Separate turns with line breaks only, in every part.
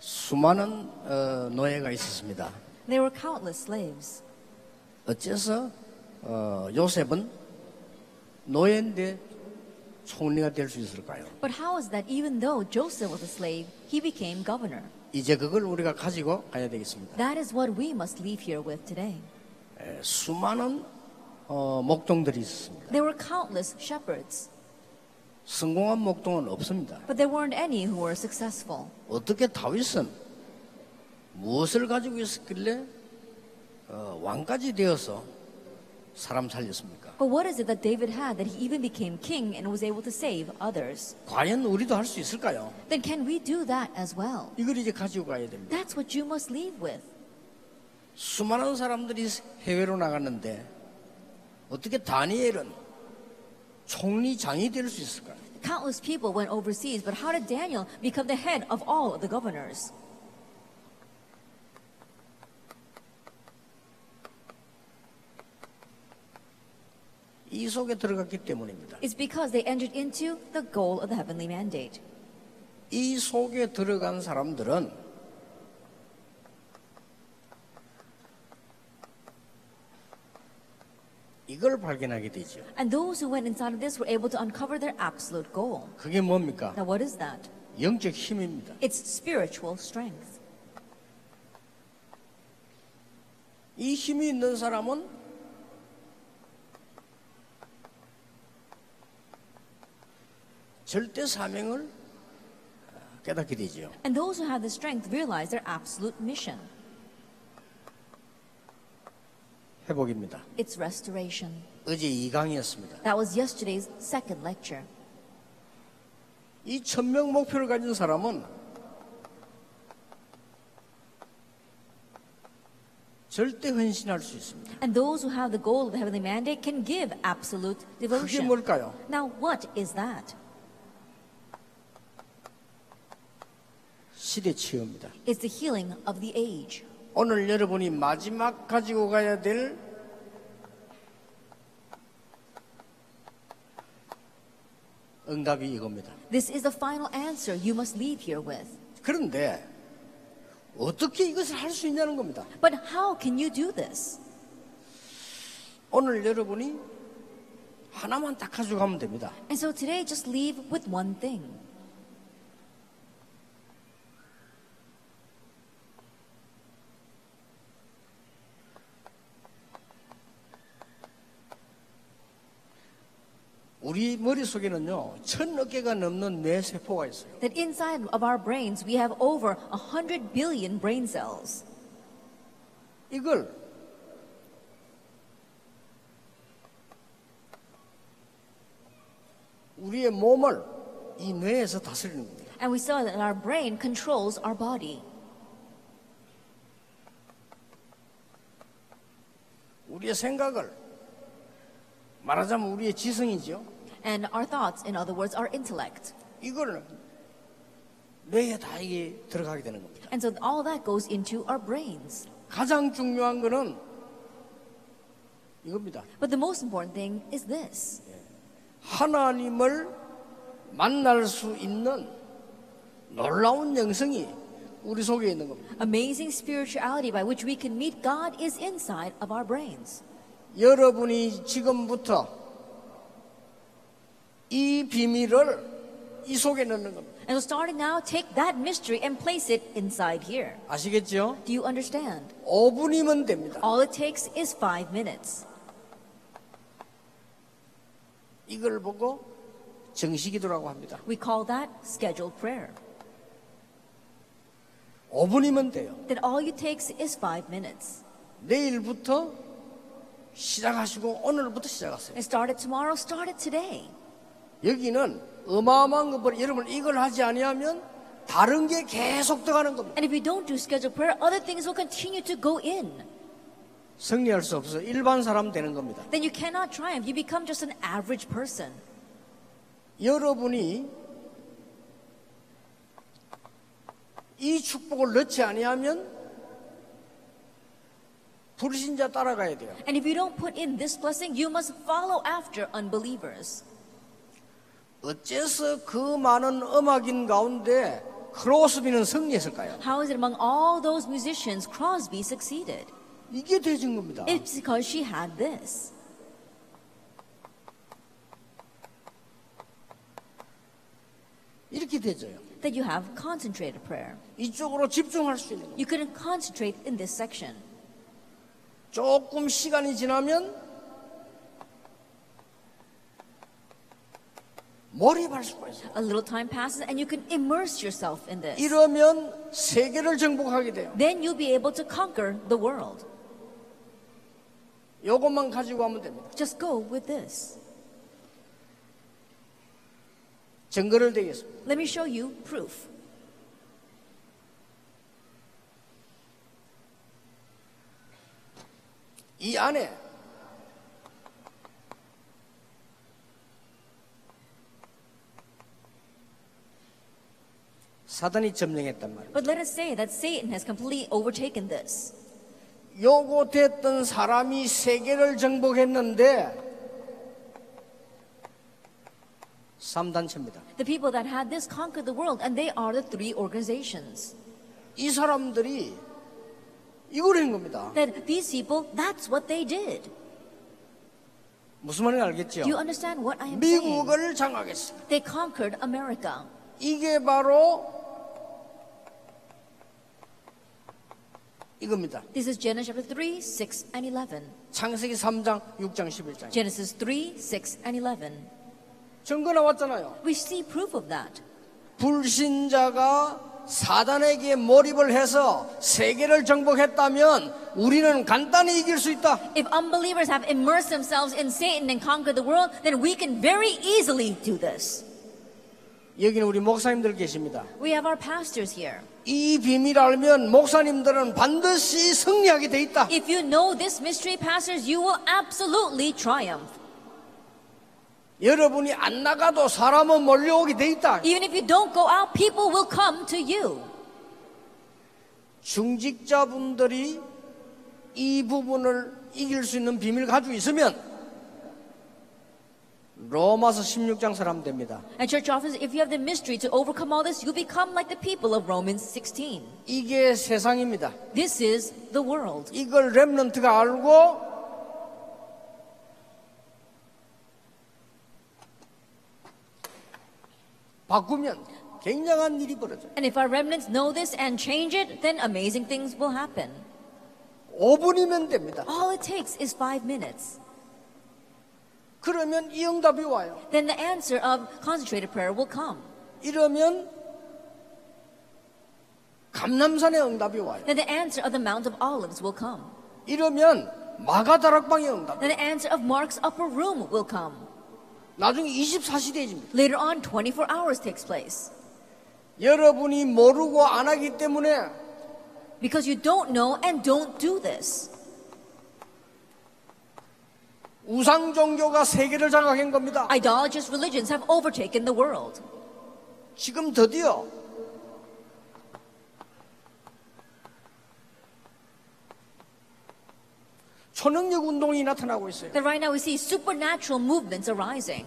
수많은 어, 노예가 있었습니다.
There were countless slaves.
어째서 어, 요셉은 노예인데 총리가 될 수 있을까요?
But how is that even though Joseph was a slave, he became governor?
이제 그걸 우리가 가지고 가야 되겠습니다.
That is what we must leave here with today.
에, 수많은 어, 목동들이 있었습니다.
There were countless shepherds,
성공한 목동은 없습니다.
but there weren't any who were successful.
어떻게 다윗은 무엇을 가지고 있었길래 어, 왕까지 되어서 사람 살렸습니까?
But what is it that David had that he even became king and was able to save others?
과연 우리도 할 수 있을까요?
Then can we do that as well?
이걸 이제 가지고 가야 됩니다.
That's what you must leave with.
수많은 사람들이 해외로 나갔는데 어떻게 다니엘은 총리장이 될 수 있을까요?
Countless people went overseas, but how did Daniel become the head of all the governors?
이 속에 들어갔기 때문입니다.
It's because they entered into the goal of the heavenly mandate.
이 속에 들어간 사람들은 이걸 발견하게 되죠.
And those who went inside of this were able to uncover their absolute goal.
그게 뭡니까?
Now, what is that?
영적 힘입니다.
It's spiritual strength.
이 힘이 있는 사람은 절대 사명을 깨닫게 되죠.
And those who have the strength realize their absolute mission.
회복입니다.
It's restoration.
어제 2강이었습니다.
That was yesterday's second lecture.
이 천명 목표를 가진 사람은 절대 헌신할 수 있습니다.
And those who have the goal of the heavenly mandate can give absolute
그게
devotion.
뭘까요?
Now, what is that?
시대 치유입니다.
It's the healing of the age.
오늘 여러분이 마지막 가지고 가야 될 응답이 이겁니다.
This is the final answer you must leave here with.
그런데 어떻게 이것을 할 수 있냐는 겁니다.
But how can you do this?
오늘 여러분이 하나만 딱 가지고 가면 됩니다.
And so today, just leave with one thing.
우리 머릿속에는요, 천 어깨가 넘는 뇌세포가 있어요.
That inside of our brains, we have over 100 billion brain cells.
이걸 우리의 몸을 이 뇌에서 다스리는 겁니다.
And we saw that our brain controls our body.
우리의 생각을 말하자면 우리의 지성이죠.
And our thoughts, in other words, our intellect.
이걸 뇌에 다 이게 들어가게 되는 겁니다.
And so all that goes into our brains.
가장 중요한 거는 이겁니다.
But the most important thing is this
하나님을 만날 수 있는 놀라운 영성이 우리 속에 있는 겁니다.
amazing spirituality by which we can meet God is inside of our brains.
여러분이 지금부터 이 비밀을 이 속에 넣는 겁니다.
And so, starting now, take that mystery and place it inside here.
아시겠죠?
Do you understand?
5분이면 됩니다.
All it takes is five minutes.
이걸 보고 정식이도라고 합니다.
We call that scheduled prayer.
5분이면 돼요.
That all it takes is five minutes.
내일부터 시작하시고 오늘부터 시작하세요.
And start it tomorrow, start it today.
여기는 어마어마한 것을 여러분 이걸 하지 아니하면 다른 게 계속 들어가는 겁니다.
And if you don't do scheduled prayer, other things will continue to go in.
승리할 수 없어 일반 사람 되는 겁니다.
Then you cannot triumph. You become just an average person.
여러분이 이 축복을 넣지 아니하면 불신자 따라가야 돼요.
And if you don't put in this blessing, you must follow after unbelievers.
어째서 그 많은 음악인 가운데 크로스비는 승리했을까요?
How is it among all those musicians, Crosby succeeded?
이게 되진 겁니다.
It's because she had this.
이렇게 되죠.
That you have concentrated prayer.
이쪽으로 집중할 수 있는 거.
You couldn't concentrate in this section.
조금 시간이 지나면 몰입할 수가 있어요.
A little time passes and you can immerse yourself in this.
이러면 세계를 정복하게 돼요.
Then you'll be able to conquer the world.
이것만 가지고 하면 됩니다.
Just go with this.
증거를 드리겠습니다.
Let me show you proof.
이 안에 사단이 점령했단 말이에요.
But let us say that Satan has completely overtaken this.
요거 됐던 사람이 세계를 정복했는데 3단체입니다.
The people that had this conquered the world, and they are the three organizations.
이 사람들이 이걸 한 겁니다.
That these people, that's what they did.
무슨 말인지 알겠죠?
Do you understand what I am saying?
미국을 장악했어.
They conquered America.
이게 바로 이겁니다.
This is Genesis chapter 3, 6, and 11.
창세기 3장 6장 11장.
Genesis 3, 6, and 11.
증거 나왔잖아요.
We see proof of that.
불신자가 사단에게 몰입을 해서 세계를 정복했다면 우리는 간단히 이길 수 있다.
If unbelievers have immersed themselves in Satan and conquered the world, then we can very easily do this.
여기는 우리 목사님들 계십니다.
We have our pastors here.
이 비밀 알면 목사님들은 반드시 승리하게 돼 있다.
If you know this mystery, pastors, you will absolutely triumph.
여러분이 안 나가도 사람은 몰려오게 돼 있다.
Even if you don't go out, people will come to you.
중직자분들이 이 부분을 이길 수 있는 비밀 가지고 있으면 로마서 16장 사람 됩니다.
And church officers, if you have the mystery to overcome all this, you become like the people of Romans 16.
이게 세상입니다.
This is the world.
이걸 랩런트가 알고 바꾸면 굉장한 일이 벌어져요.
And if our remnants know this and change it, then amazing things will happen.
5분이면 됩니다.
All it takes is five minutes.
그러면 이 응답이 와요.
Then the answer of concentrated prayer will come.
이러면 감남산의 응답이 와요.
Then the answer of the Mount of Olives will come.
이러면 마가다락방의 응답.
Then the answer of Mark's upper room will come.
나중에 24시대입니다.
Later on, 24 hours takes place.
여러분이 모르고 안 하기 때문에
Because you don't know and don't do this.
우상 종교가 세계를 장악한 겁니다.
Idolatrous religions have overtaken the world.
지금 드디어 초능력 운동이 나타나고 있어요.
That right now we see supernatural movements arising.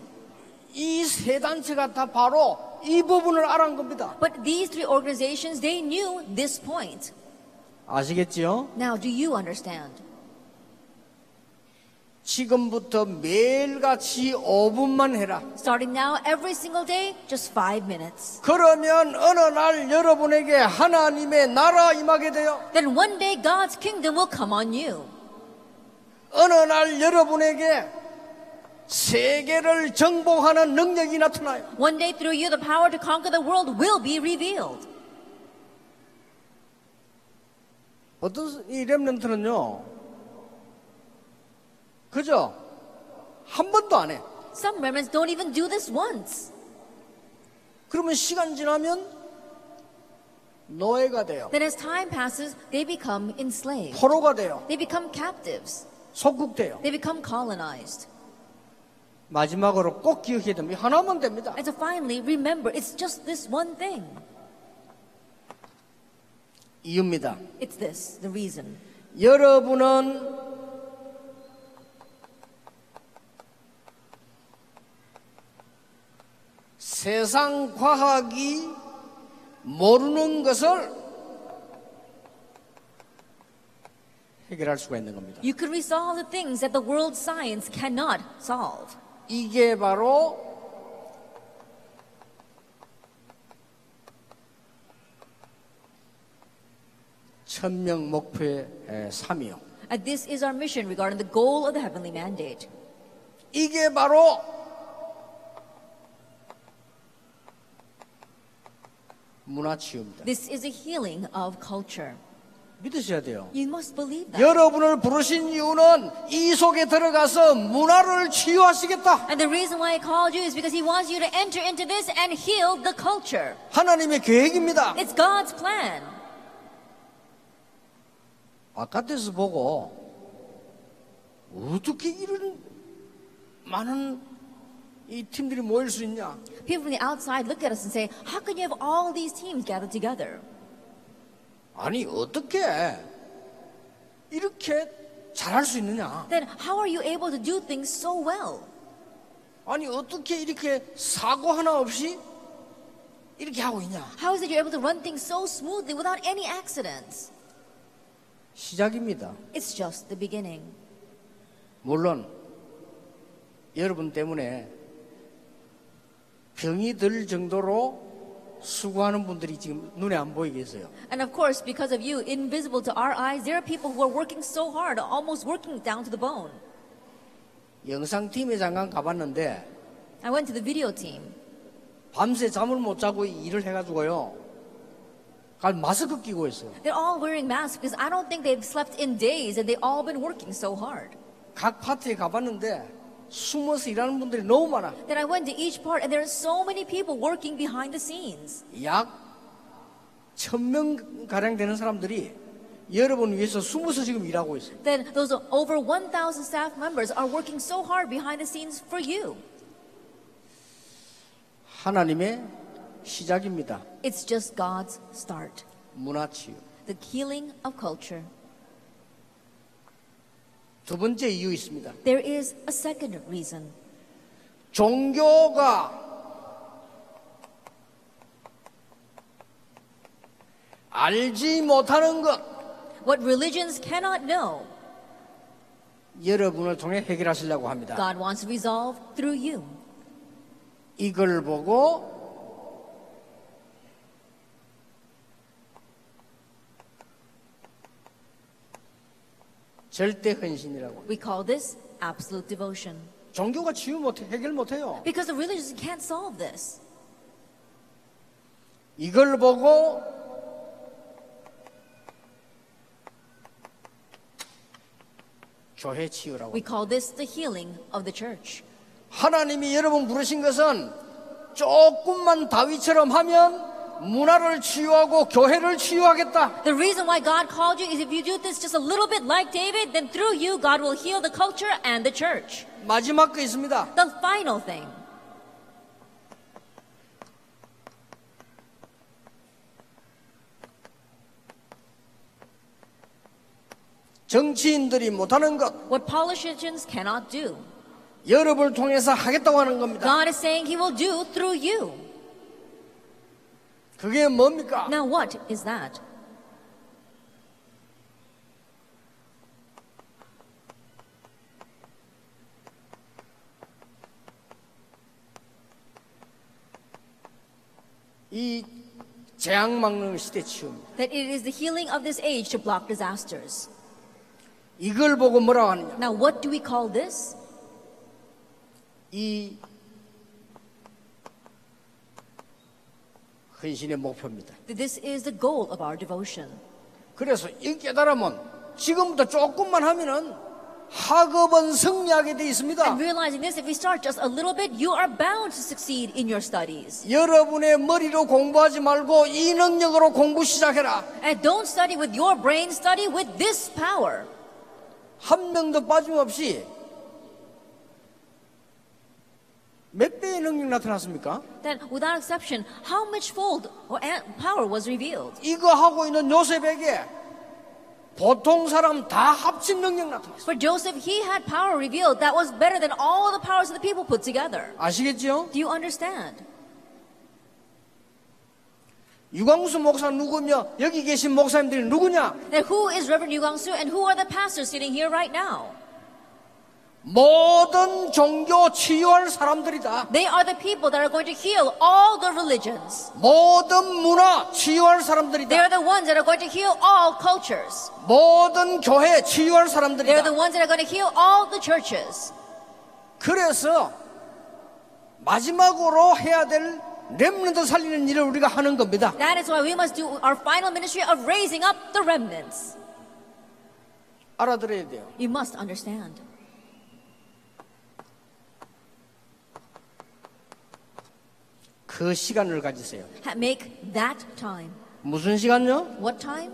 이 세 단체가 다 바로 이 부분을 알아낸 겁니다.
But these three organizations, they knew this point.
아시겠지요?
Now, do you understand?
지금부터 매일같이 5분만 해라.
Starting now, every single day, just five minutes.
그러면 어느 날 여러분에게 하나님의 나라 임하게 돼요.
Then one day God's kingdom will come on you.
어느 날 여러분에게 세계를 정복하는 능력이 나타나요.
One day through you, the power to conquer the world will be revealed.
어떤 이 렘넌트는요, 그죠? 한 번도 안 해.
Some remnants don't even do this once.
그러면 시간 지나면 노예가 돼요.
Then as time passes, they become enslaved.
포로가 돼요.
They become captives.
속국돼요.
They become colonized.
마지막으로 꼭 기억해야 됩니다. 하나만 됩니다.
And so finally, remember, it's just this one thing.
이유입니다.
It's this, the reason.
여러분은 세상 과학이 모르는 것을 해결할 수가 있는 겁니다.
You can resolve the things that the world science cannot solve.
이게 바로 천명 목표의 에, 삶이요.
And Uh, this is our mission regarding the goal of the heavenly mandate.
이게 바로 문화 치유입니다.
This is a healing of culture.
네. 믿으셔야 돼요.
You must believe that.
여러분을 부르신 이유는 이 속에 들어가서 문화를 치유하시겠다.
And the reason why I called you is because he wants you to enter into this and heal the culture.
하나님의 계획입니다.
It's God's plan.
바깥에서 보고 어떻게 이런 많은 이 팀들이 모일 수 있냐?
People from the outside look at us and say, How can you have all these teams gathered together?
아니 어떻게 이렇게 잘할 수 있느냐?
Then how are you able to do things so well?
아니 어떻게 이렇게 사고 하나 없이 이렇게 하고 있냐?
How is it you're able to run things so smoothly without any accidents?
시작입니다.
It's just the beginning.
물론 여러분 때문에 병이 들 정도로 수고하는 분들이 지금 눈에 안 보이게 해서요.
And of course, because of you, invisible to our eyes, there are people who are working so hard, almost working down to the bone.
영상팀에 잠깐 가봤는데
I went to the video team.
밤새 잠을 못 자고 일을 해가지고요. 가 마스크 끼고 했어요.
They're all wearing masks because I don't think they've slept in days and they've all been working so hard.
각 파트에 가봤는데 숨어서 일하는 분들이 너무 많아.
Then I went to each part and there are so many people working behind the scenes.
약 천 명 가량 되는 사람들이 여러분 위해서 숨어서 지금 일하고 있어요.
Then those over 1,000 staff members are working so hard behind the scenes for you.
하나님의 시작입니다.
It's just God's start.
문화 치유.
The healing of culture.
두 번째 이유 있습니다.
There is a second reason.
종교가 알지 못하는 것
What religions cannot know,
여러분을 통해 해결하시려고 합니다.
God wants to resolve through you.
이걸 보고 절대 헌신이라고.
We call this absolute devotion.
종교가 치유 못해 해결 못해요.
Because the religions can't solve this.
이걸 보고 교회 치유라고.
We call this the healing of the church.
하나님이 여러분 부르신 것은 조금만 다윗처럼 하면 문화를 치유하고 교회를 치유하겠다.
The reason why God called you is if you do this just a little bit like David, then through you, God will heal the culture and the church.
마지막 거 있습니다.
The final thing
정치인들이 못하는 것
what politicians cannot do,
여러분을 통해서 하겠다고 하는 겁니다.
God is saying He will do through you.
그게 뭡니까?
Now, what is that?
이 재앙 막는 시대 치유입니다.
That it is the healing of this age to block disasters.
이걸 보고 뭐라고 하느냐?
Now, what do we call this?
이 헌신의 목표입니다.
That this is the goal of our devotion.
그래서 이 깨달음은 지금부터 조금만 하면은 학업은 승리하게 돼 있습니다.
And realizing this, if we start just a little bit, you are bound to succeed in your studies.
여러분의 머리로 공부하지 말고 이 능력으로 공부 시작해라.
And don't study with your brain, study with this power.
한 명도 빠짐없이 몇 배의 능력 나타났습니까?
Then, without exception, how much fold or ant- power was revealed?
이거 하고 있는 요셉에게 보통 사람 다 합친 능력 나타났어요.
For Joseph, he had power revealed that was better than all the powers of the people put together.
아시겠지요?
Do you understand?
유광수 목사 누구며 여기 계신 목사님들이 누구냐?
Then who is Reverend Yu Gang Soo and who are the pastors sitting here right now?
모든 종교 치유할 사람들이다.
They are the people that are going to heal all the religions.
모든 문화 치유할
They
사람들이다.
are the ones that are going to heal all cultures.
모든 교회 치유할
They are
사람들이다.
the ones that are going to heal all the churches.
그래서 마지막으로 해야 될 렘넌트 살리는 일을 우리가 하는 겁니다.
That is why we must do our final ministry of raising up the remnants.
알아들어야 돼요.
You must understand.
그 시간을 가지세요.
Ha- Make that time.
무슨 시간요?
What time?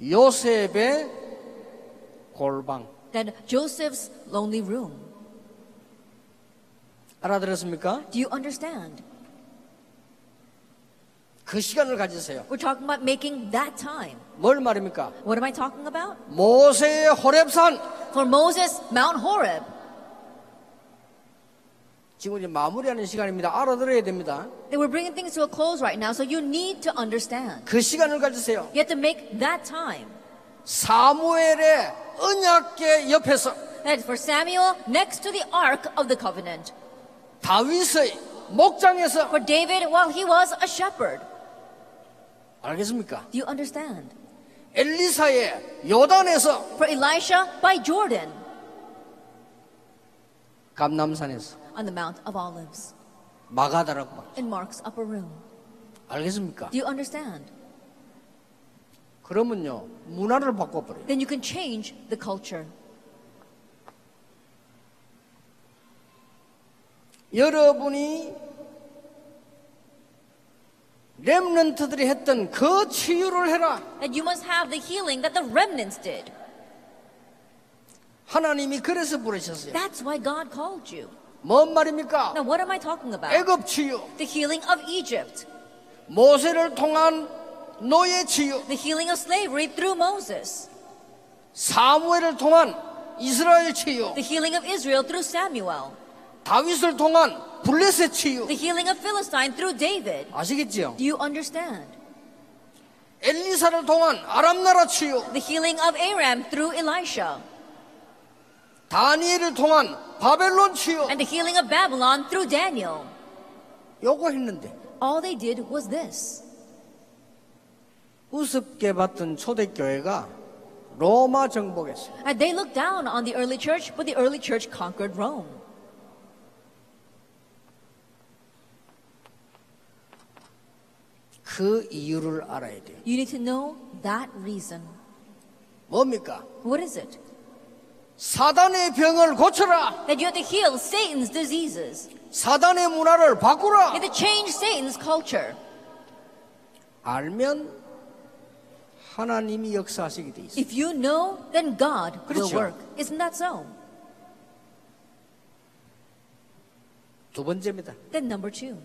요셉의 골방.
Then Joseph's lonely room.
알아들었습니까?
Do you understand?
그 시간을 가지세요.
We're talking about making that time.
뭘 말입니까?
What am I talking about?
모세의 호랩산.
For Moses, Mount Horeb.
지금 이제 마무리하는 시간입니다. 알아들어야 됩니다.
They were bringing things to a close right now, so you need to understand.
그 시간을 가지세요.
You have to make that time.
사무엘의 언약계 옆에서
That is for Samuel next to the Ark of the Covenant.
다윗의 목장에서
For David while he was a shepherd.
알겠습니까?
Do you understand?
엘리사의 요단에서
For Elisha by Jordan
감남산에서
on the Mount of Olives
마가다락방
in Mark's upper room.
알겠습니까?
Do you understand?
그러면요 문화를 바꿔버려요.
Then you can change the culture.
여러분이 렘넌트들이 했던 그 치유를 해라.
And you must have the healing that the remnants did.
하나님이 그래서 부르셨어요.
That's why God called you.
뭔 말입니까?
Now, what am I talking about?
애굽 치유,
The healing of Egypt,
모세를 통한 노예 치유,
the healing of slavery through Moses,
사무엘을 통한 이스라엘 치유,
the healing of Israel through Samuel,
다윗을 통한 블레셋 치유.
the healing of Philistine through David.
아시겠지요?
Do you understand?
엘리사를 통한 아람 나라 치유,
The healing of Aram through Elisha,
다니엘을 통한 바벨론 치유.
and the healing of Babylon through Daniel.
요거 했는데
All they did was this.
우습게 봤던 초대 교회가 로마 정복했어요.
And they looked down on the early church, but the early church conquered Rome.
그 이유를 알아야 돼요.
You need to know that reason.
뭡니까?
What is it?
사단의 병을 고쳐라.
That you have to heal Satan's diseases.
사단의 문화를
You
바꾸라.
have to change Satan's culture.
알면 하나님이 역사하시게 돼 있어요.
If you know, then God will
그렇죠.
work. Isn't that so?
두 번째입니다.
Then number two.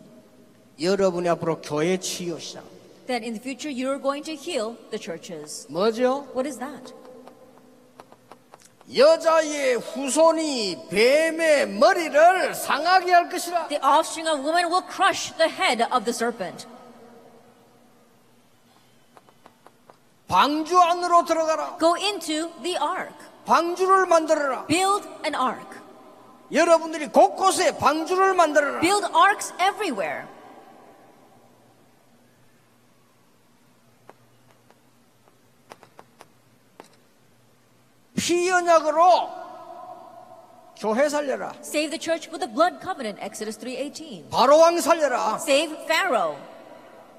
여러분이 앞으로 교회 치유 시작.
That in the future you're going to heal the churches.
뭐죠?
What is that?
여자의 후손이 뱀의 머리를 상하게 할 것이라.
The offspring of woman will crush the head of the serpent.
방주 안으로 들어가라.
Go into the ark.
방주를 만들어라.
Build an ark.
여러분들이 곳곳에 방주를 만들어라.
Build arcs everywhere.
피언약으로 교회 살려라.
Save the church with the blood covenant, Exodus 3:18.
바로왕 살려라.
Save Pharaoh.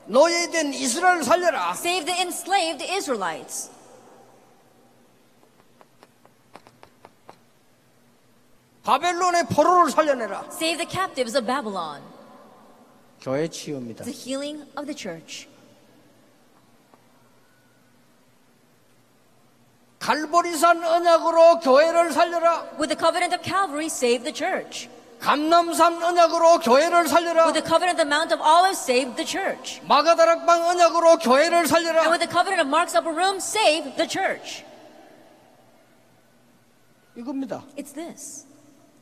노예된 이스라엘 살려라.
Save the enslaved Israelites.
바벨론의 포로를 살려내라.
Save the captives of Babylon.
교회 치유입니다.
The healing of the church.
갈보리산 언약으로 교회를 살려라.
With the covenant of Calvary, save the church.
감남산 언약으로 교회를 살려라.
With the covenant of the Mount of Olives, save the church.
마가다락방 언약으로 교회를
And
살려라.
with the covenant of Mark's upper room, save the church.
이겁니다.
It's this.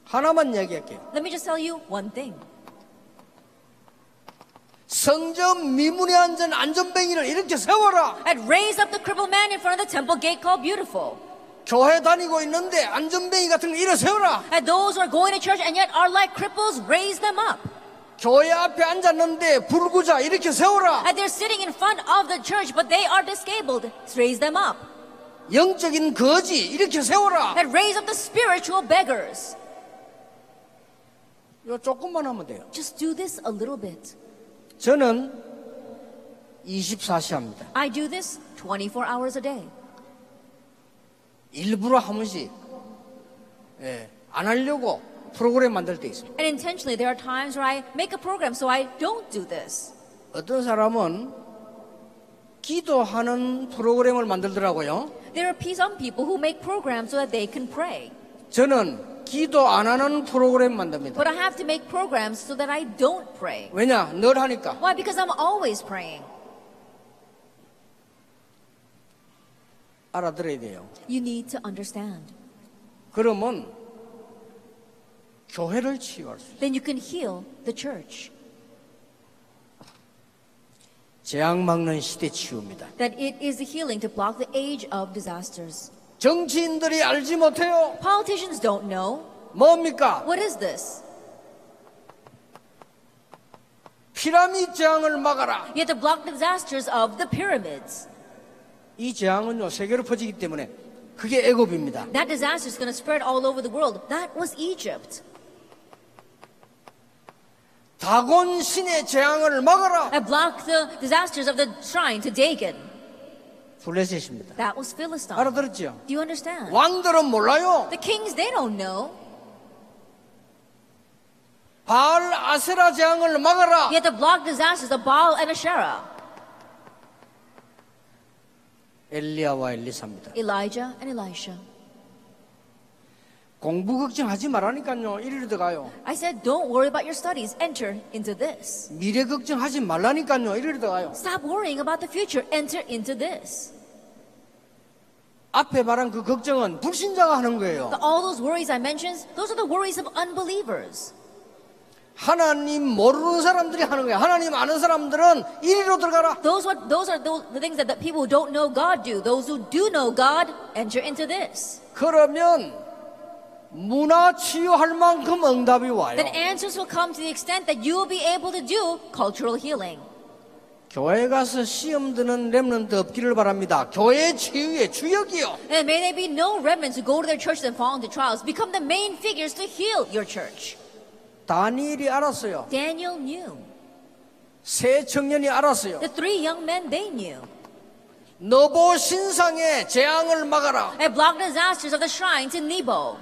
하나만 얘기할게요.
Let me just tell you one thing.
성전 미문에 앉은 안전뱅이를 이렇게 세워라.
And raise up the crippled man in front of the temple gate called Beautiful.
교회 다니고 있는데 안전뱅이 같은 거 이래 세워라.
And those who are going to church and yet are like cripples, raise them up.
교회 앞에 앉았는데 불구자 이렇게 세워라.
And they're sitting in front of the church, but they are disabled, raise them up.
영적인 거지 이렇게 세워라.
And raise up the spiritual beggars.
요 조금만 하면 돼요.
Just do this a little bit.
저는 24시 합니다.
I do this 24 hours a day.
일부러 한 번씩 예, 안 하려고 프로그램 만들 때 있습니다.
And intentionally, there are times where I make a program so I don't do this.
어떤 사람은 기도하는 프로그램을 만들더라고요.
There are pe- some people who make programs so that they can pray.
저는 기도 안 하는 프로그램 만듭니다.
But I have to make programs so that I don't pray.
왜냐? 늘 하니까.
Why? Because I'm always praying.
알아들어야 돼요.
You need to understand.
그러면 교회를 치유할 수 있어요.
Then you can heal the church.
재앙 막는 시대 치유입니다.
That it is a healing to block the age of disasters.
정치인들이 알지 못해요.
Politicians don't know.
뭡니까?
What is this?
피라미드 재앙을 막아라.
You have to block the disasters of the pyramids.
이 재앙은요 세계로 퍼지기 때문에 그게 애굽입니다.
That disaster is going to spread all over the world. That was Egypt.
다곤 신의 재앙을 막아라.
I blocked the disasters of the shrine to Dagon.
블레셋입니다.
That was Philistine.
알아들었죠?
Do you understand?
왕들은 몰라요.
The kings, they don't know.
바알 아세라 재앙을 막아라.
You have to block disasters of Baal and Asherah.
엘리야와 엘리사입니다.
Elijah and Elisha.
공부 걱정하지 말라니까요. 이리로 들어가요.
I said, don't worry about your studies. Enter into this.
미래 걱정하지 말라니까요. 이리로 들어가요.
Stop worrying about the future. Enter into this.
앞에 말한 그 걱정은 불신자가 하는 거예요.
The- all those worries I mentioned, those are the worries of unbelievers.
하나님 모르는 사람들이 하는 거예요. 하나님 아는 사람들은 이리로 들어가라.
Those, what, those are those, the things that the people who don't know God do. Those who do know God, enter into this.
그러면 문화 치유할 만큼 응답이 와요.
Then answers will come to the extent that you will be able to do cultural healing.
교회 가서 시험 드는 렘넌트 없기를 바랍니다. 교회 치유의 주역이요.
And may there be no remnants who go to their churches and fall into trials. Become the main figures to heal your church.
다니엘이 알았어요.
Daniel knew.
세 청년이 알았어요.
The three young men, they knew.
너보 신상의 재앙을 막아라.
I blocked the disasters of the shrine to Nebo.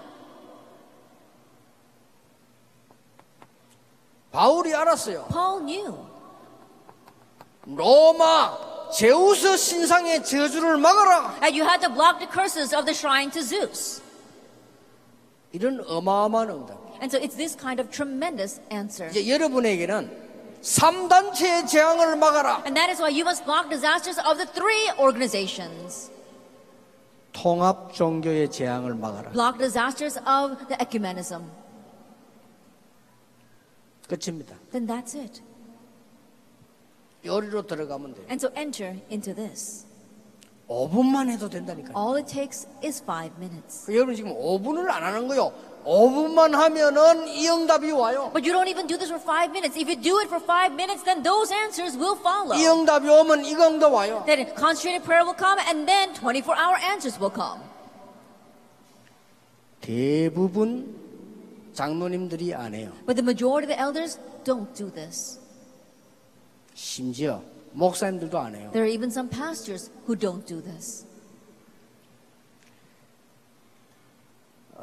바울이 알았어요.
Paul knew.
로마 제우스 신상의 저주를 막아라.
And you had to block the curses of the shrine to Zeus.
이런 어마어마한 응답.
And so it's this kind of tremendous answer.
이제 여러분에게는 삼단체의 재앙을 막아라.
And that is why you must block disasters of the three organizations.
통합 종교의 재앙을 막아라.
Block disasters of the ecumenism.
끝입니다.
Then that's it.
요리로 들어가면 돼요.
And so enter into this.
5분만 해도 된다니까요. 그
All it takes is five minutes.
여러분 지금 5분을 안 하는 거요. 5분만 하면은 이 응답이 와요.
But you don't even do this for five minutes. If you do it for five minutes, then those answers will follow.
이 응답이 오면 이 응답 와요.
Then concentrated prayer will come, and then 24 hour answers will come.
대부분 장로님들이 안 해요.
But the majority of the elders don't do this.
심지어 목사님들도 안 해요.
There are even some pastors who don't do this.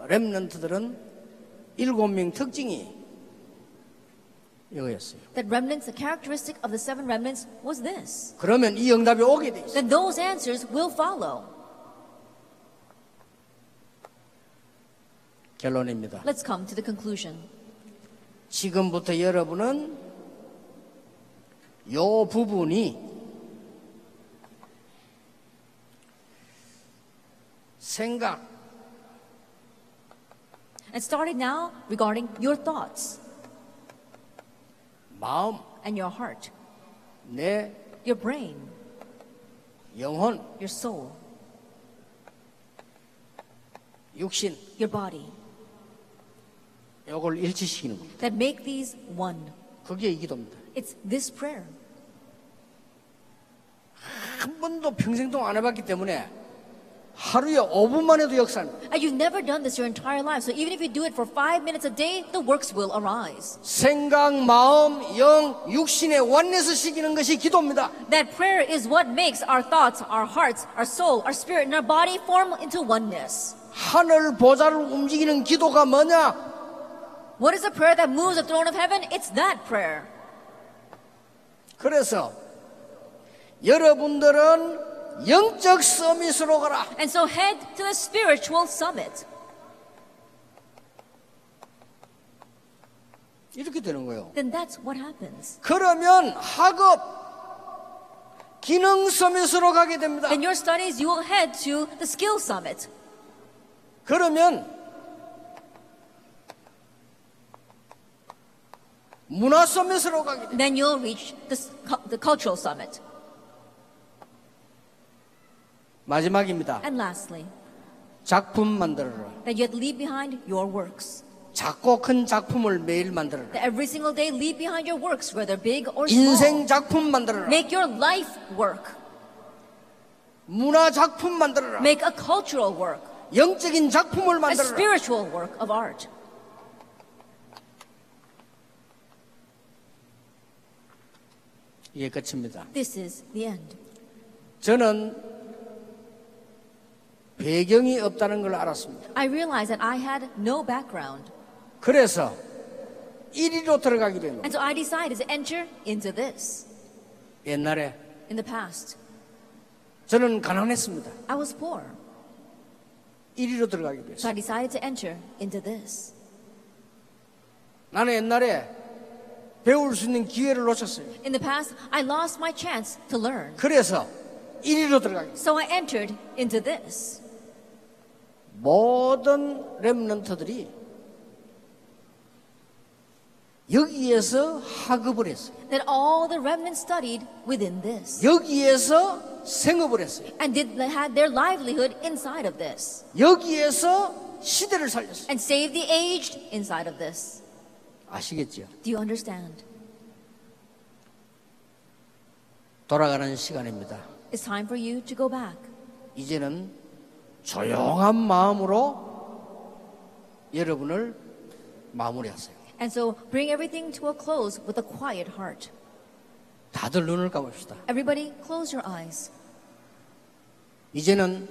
렘넌트들은 일곱 명 특징이 이거였어요.
That remnants, the characteristic of the seven remnants was this.
그러면 이 응답이 오게 돼 있어요.
Then those answers will follow.
결론입니다.
Let's come to the conclusion.
지금부터 여러분은 요 부분이 생각,
And starting now regarding your thoughts
마음,
and your heart
내
your brain,
영혼,
your soul,
육신
your body
요걸 일치시키는 겁니다.
that make these one.
그게 이 기도입니다.
It's this prayer.
한 번도 평생 동안 안 해봤기 때문에 하루에 5분만 해도 역사입니다.
And you've never done this your entire life, so even if you do it for five minutes a day, the works will arise.
생각, 마음, 영, 육신의 원내서 시키는 것이 기도입니다.
That prayer is what makes our thoughts, our hearts, our soul, our spirit, and our body form into oneness.
하늘 보좌를 움직이는 기도가 뭐냐?
What is the prayer that moves the throne of heaven? It's that prayer.
그래서 여러분들은 영적 서밋으로 가라.
And so head to the spiritual summit.
이렇게 되는 거예요.
Then that's what happens.
그러면 학업, 기능 서밋으로 가게 됩니다.
In your studies, you will head to the skill summit.
그러면 문화 서밋으로 가게 됩니다.
Then you'll reach the, s- cu- the cultural summit.
마지막입니다.
And lastly,
작품 만들어라.
that you have to leave behind your works.
작고 큰 작품을 매일 만들어라.
That every single day, leave behind your works, whether big or small.
인생 작품 만들어라.
Make your life work.
문화 작품 만들어라.
Make a cultural work,
영적인 작품을
a
만들어라.
spiritual work of art.
이게 끝입니다.
This is the end.
저는 배경이 없다는 걸 알았습니다.
I realized that I had no background,
그래서 1위로 들어가기로 했는데
and so I decided to enter into this.
옛날에
In the past,
저는 가난했습니다.
I was poor,
1위로 들어가기로 했어요.
so I decided to enter into this.
나는 옛날에 배울 수 있는 기회를 놓쳤어요.
In the past, I lost my chance to learn,
그래서 1위로 들어가기.
so I entered into this.
모든 랩런터들이 여기에서 학업을 했어요.
That all the remnants studied within this,
여기에서 생업을 했어요.
and did had their livelihood inside of this,
여기에서 시대를 살렸어요.
and saved the aged inside of this.
아시겠죠?
Do you understand?
돌아가는 시간입니다.
It's time for you to go back.
이제는 조용한 마음으로 여러분을 마무리하세요.
And so bring everything to a close with a quiet heart.
다들 눈을 감읍시다.
Everybody, close your eyes.
이제는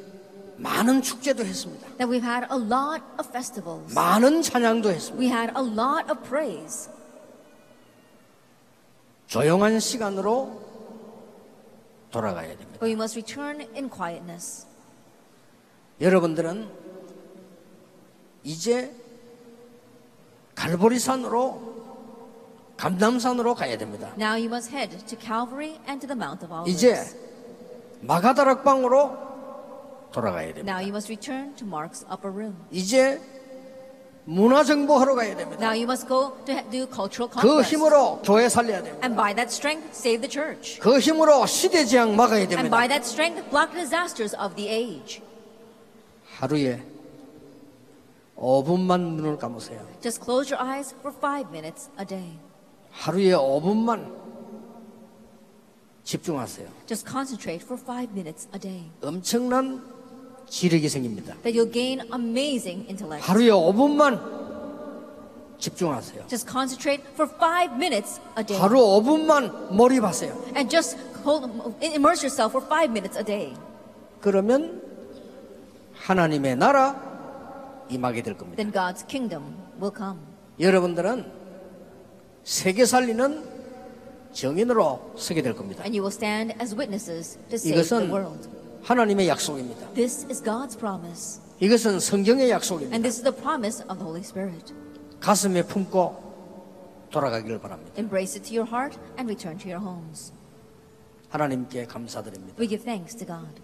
많은 축제도 했습니다.
That we've had a lot of festivals.
많은 찬양도 했습니다.
We had a lot of praise.
조용한 시간으로 돌아가야 됩니다.
But we must return in quietness.
여러분들은 이제 갈보리산으로 감남산으로 가야 됩니다.
Now you must head to Calvary and to the Mount of Olives.
이제 마가다락방으로 돌아가야 됩니다.
Now you must return to Mark's upper room.
이제 문화정보하러 가야 됩니다.
Now you must go to he- do cultural
그
conquest.
힘으로 교회 살려야 됩니다.
And by that strength, save the church.
그 힘으로 시대지향 막아야
And
됩니다.
by that strength, block the disasters of the age.
하루에 5분만 문을 감으세요.
Just close your eyes for five minutes a day.
하루에 5분만 집중하세요.
Just concentrate for five minutes a day.
엄청난 지력이 생깁니다.
that you'll gain amazing intellect.
하루에 5분만 집중하세요.
Just concentrate for five minutes a day.
하루 5분만 몰입하세요.
And just hold, immerse yourself for five minutes a day.
그러면 하나님의 나라 임하게 될 겁니다.
Then God's kingdom will come.
여러분들은 세계 살리는 정인으로 서게 될 겁니다.
And you will stand as witnesses to save the
이것은
world.
하나님의 약속입니다.
This is God's promise.
이것은 성경의
And
약속입니다.
this is the promise of the Holy Spirit.
가슴에 품고 돌아가기를 바랍니다.
Embrace it to your heart and return to your homes.
하나님께 감사드립니다.
We give thanks to God.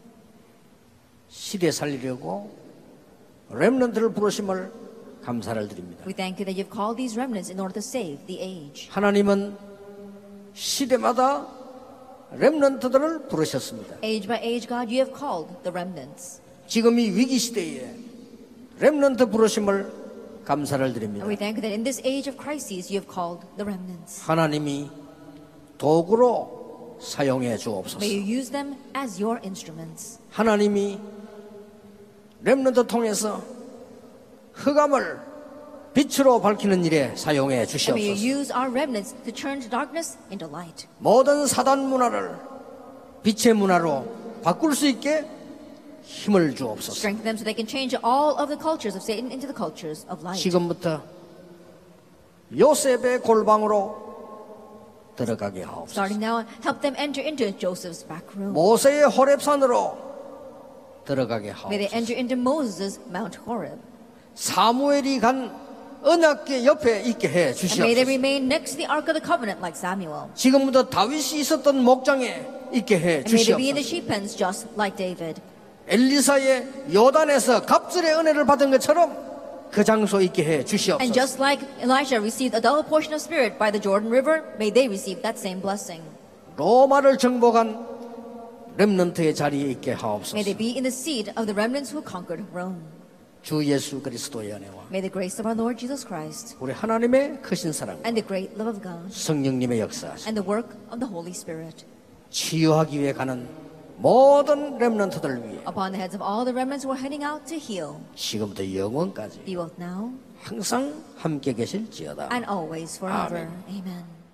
시대 살리려고 렘넌트를 부르심을 감사를 드립니다.
We thank you that you've called these remnants in order to save the age.
하나님은 시대마다 렘넌트들을 부르셨습니다.
Age by age, God, you have called the remnants.
지금 이 위기 시대에 렘넌트 부르심을 감사를 드립니다.
And we thank you that in this age of crises, you have called the remnants.
하나님이 도구로 사용해 주옵소서.
May you use them as your instruments.
하나님이 렘넌트 통해서 흑암을 빛으로 밝히는 일에 사용해
And may you
주시옵소서.
use our remnants to turn darkness into light.
모든 사단 문화를 빛의 문화로 바꿀 수 있게 힘을 주옵소서.
Strengthen them so they can change all of the cultures of Satan into the cultures of light.
지금부터 요셉의 골방으로 들어가게 하옵소서.
Starting now, help them enter into Joseph's back room.
모세의 호렙산으로 들어가게
May they
하옵소서.
enter into Moses' Mount Horeb.
사무엘이 간 언약궤 옆에 있게 해
And may they
주시옵소서.
remain next to the Ark of the Covenant like Samuel.
지금부터 다윗이 있었던 목장에 있게 해
And may they be in the
주시옵소서.
sheep pens just like David.
엘리사의 요단에서 갑절의 은혜를 받은 것처럼 그 장소 있게 해
And
주시옵소서.
just like Elijah received a double portion of spirit by the Jordan River, may they receive that same blessing.
로마를 정복한 렘넌트의 자리에 있게
May
하옵소서.
they be in the seed of the remnants who conquered Rome.
주 예수 그리스도의 은혜와
May the grace of our Lord Jesus Christ
우리 하나님의 크신 사랑,
and the great love of God
성령님의 역사,
and the work of the Holy Spirit
치유하기 위해 가는 모든 렘넌트들 위해
upon the heads of all the remnants who are heading out to heal
지금부터 영원까지
be both now
항상 함께 계실지어다.
and always forever. Amen.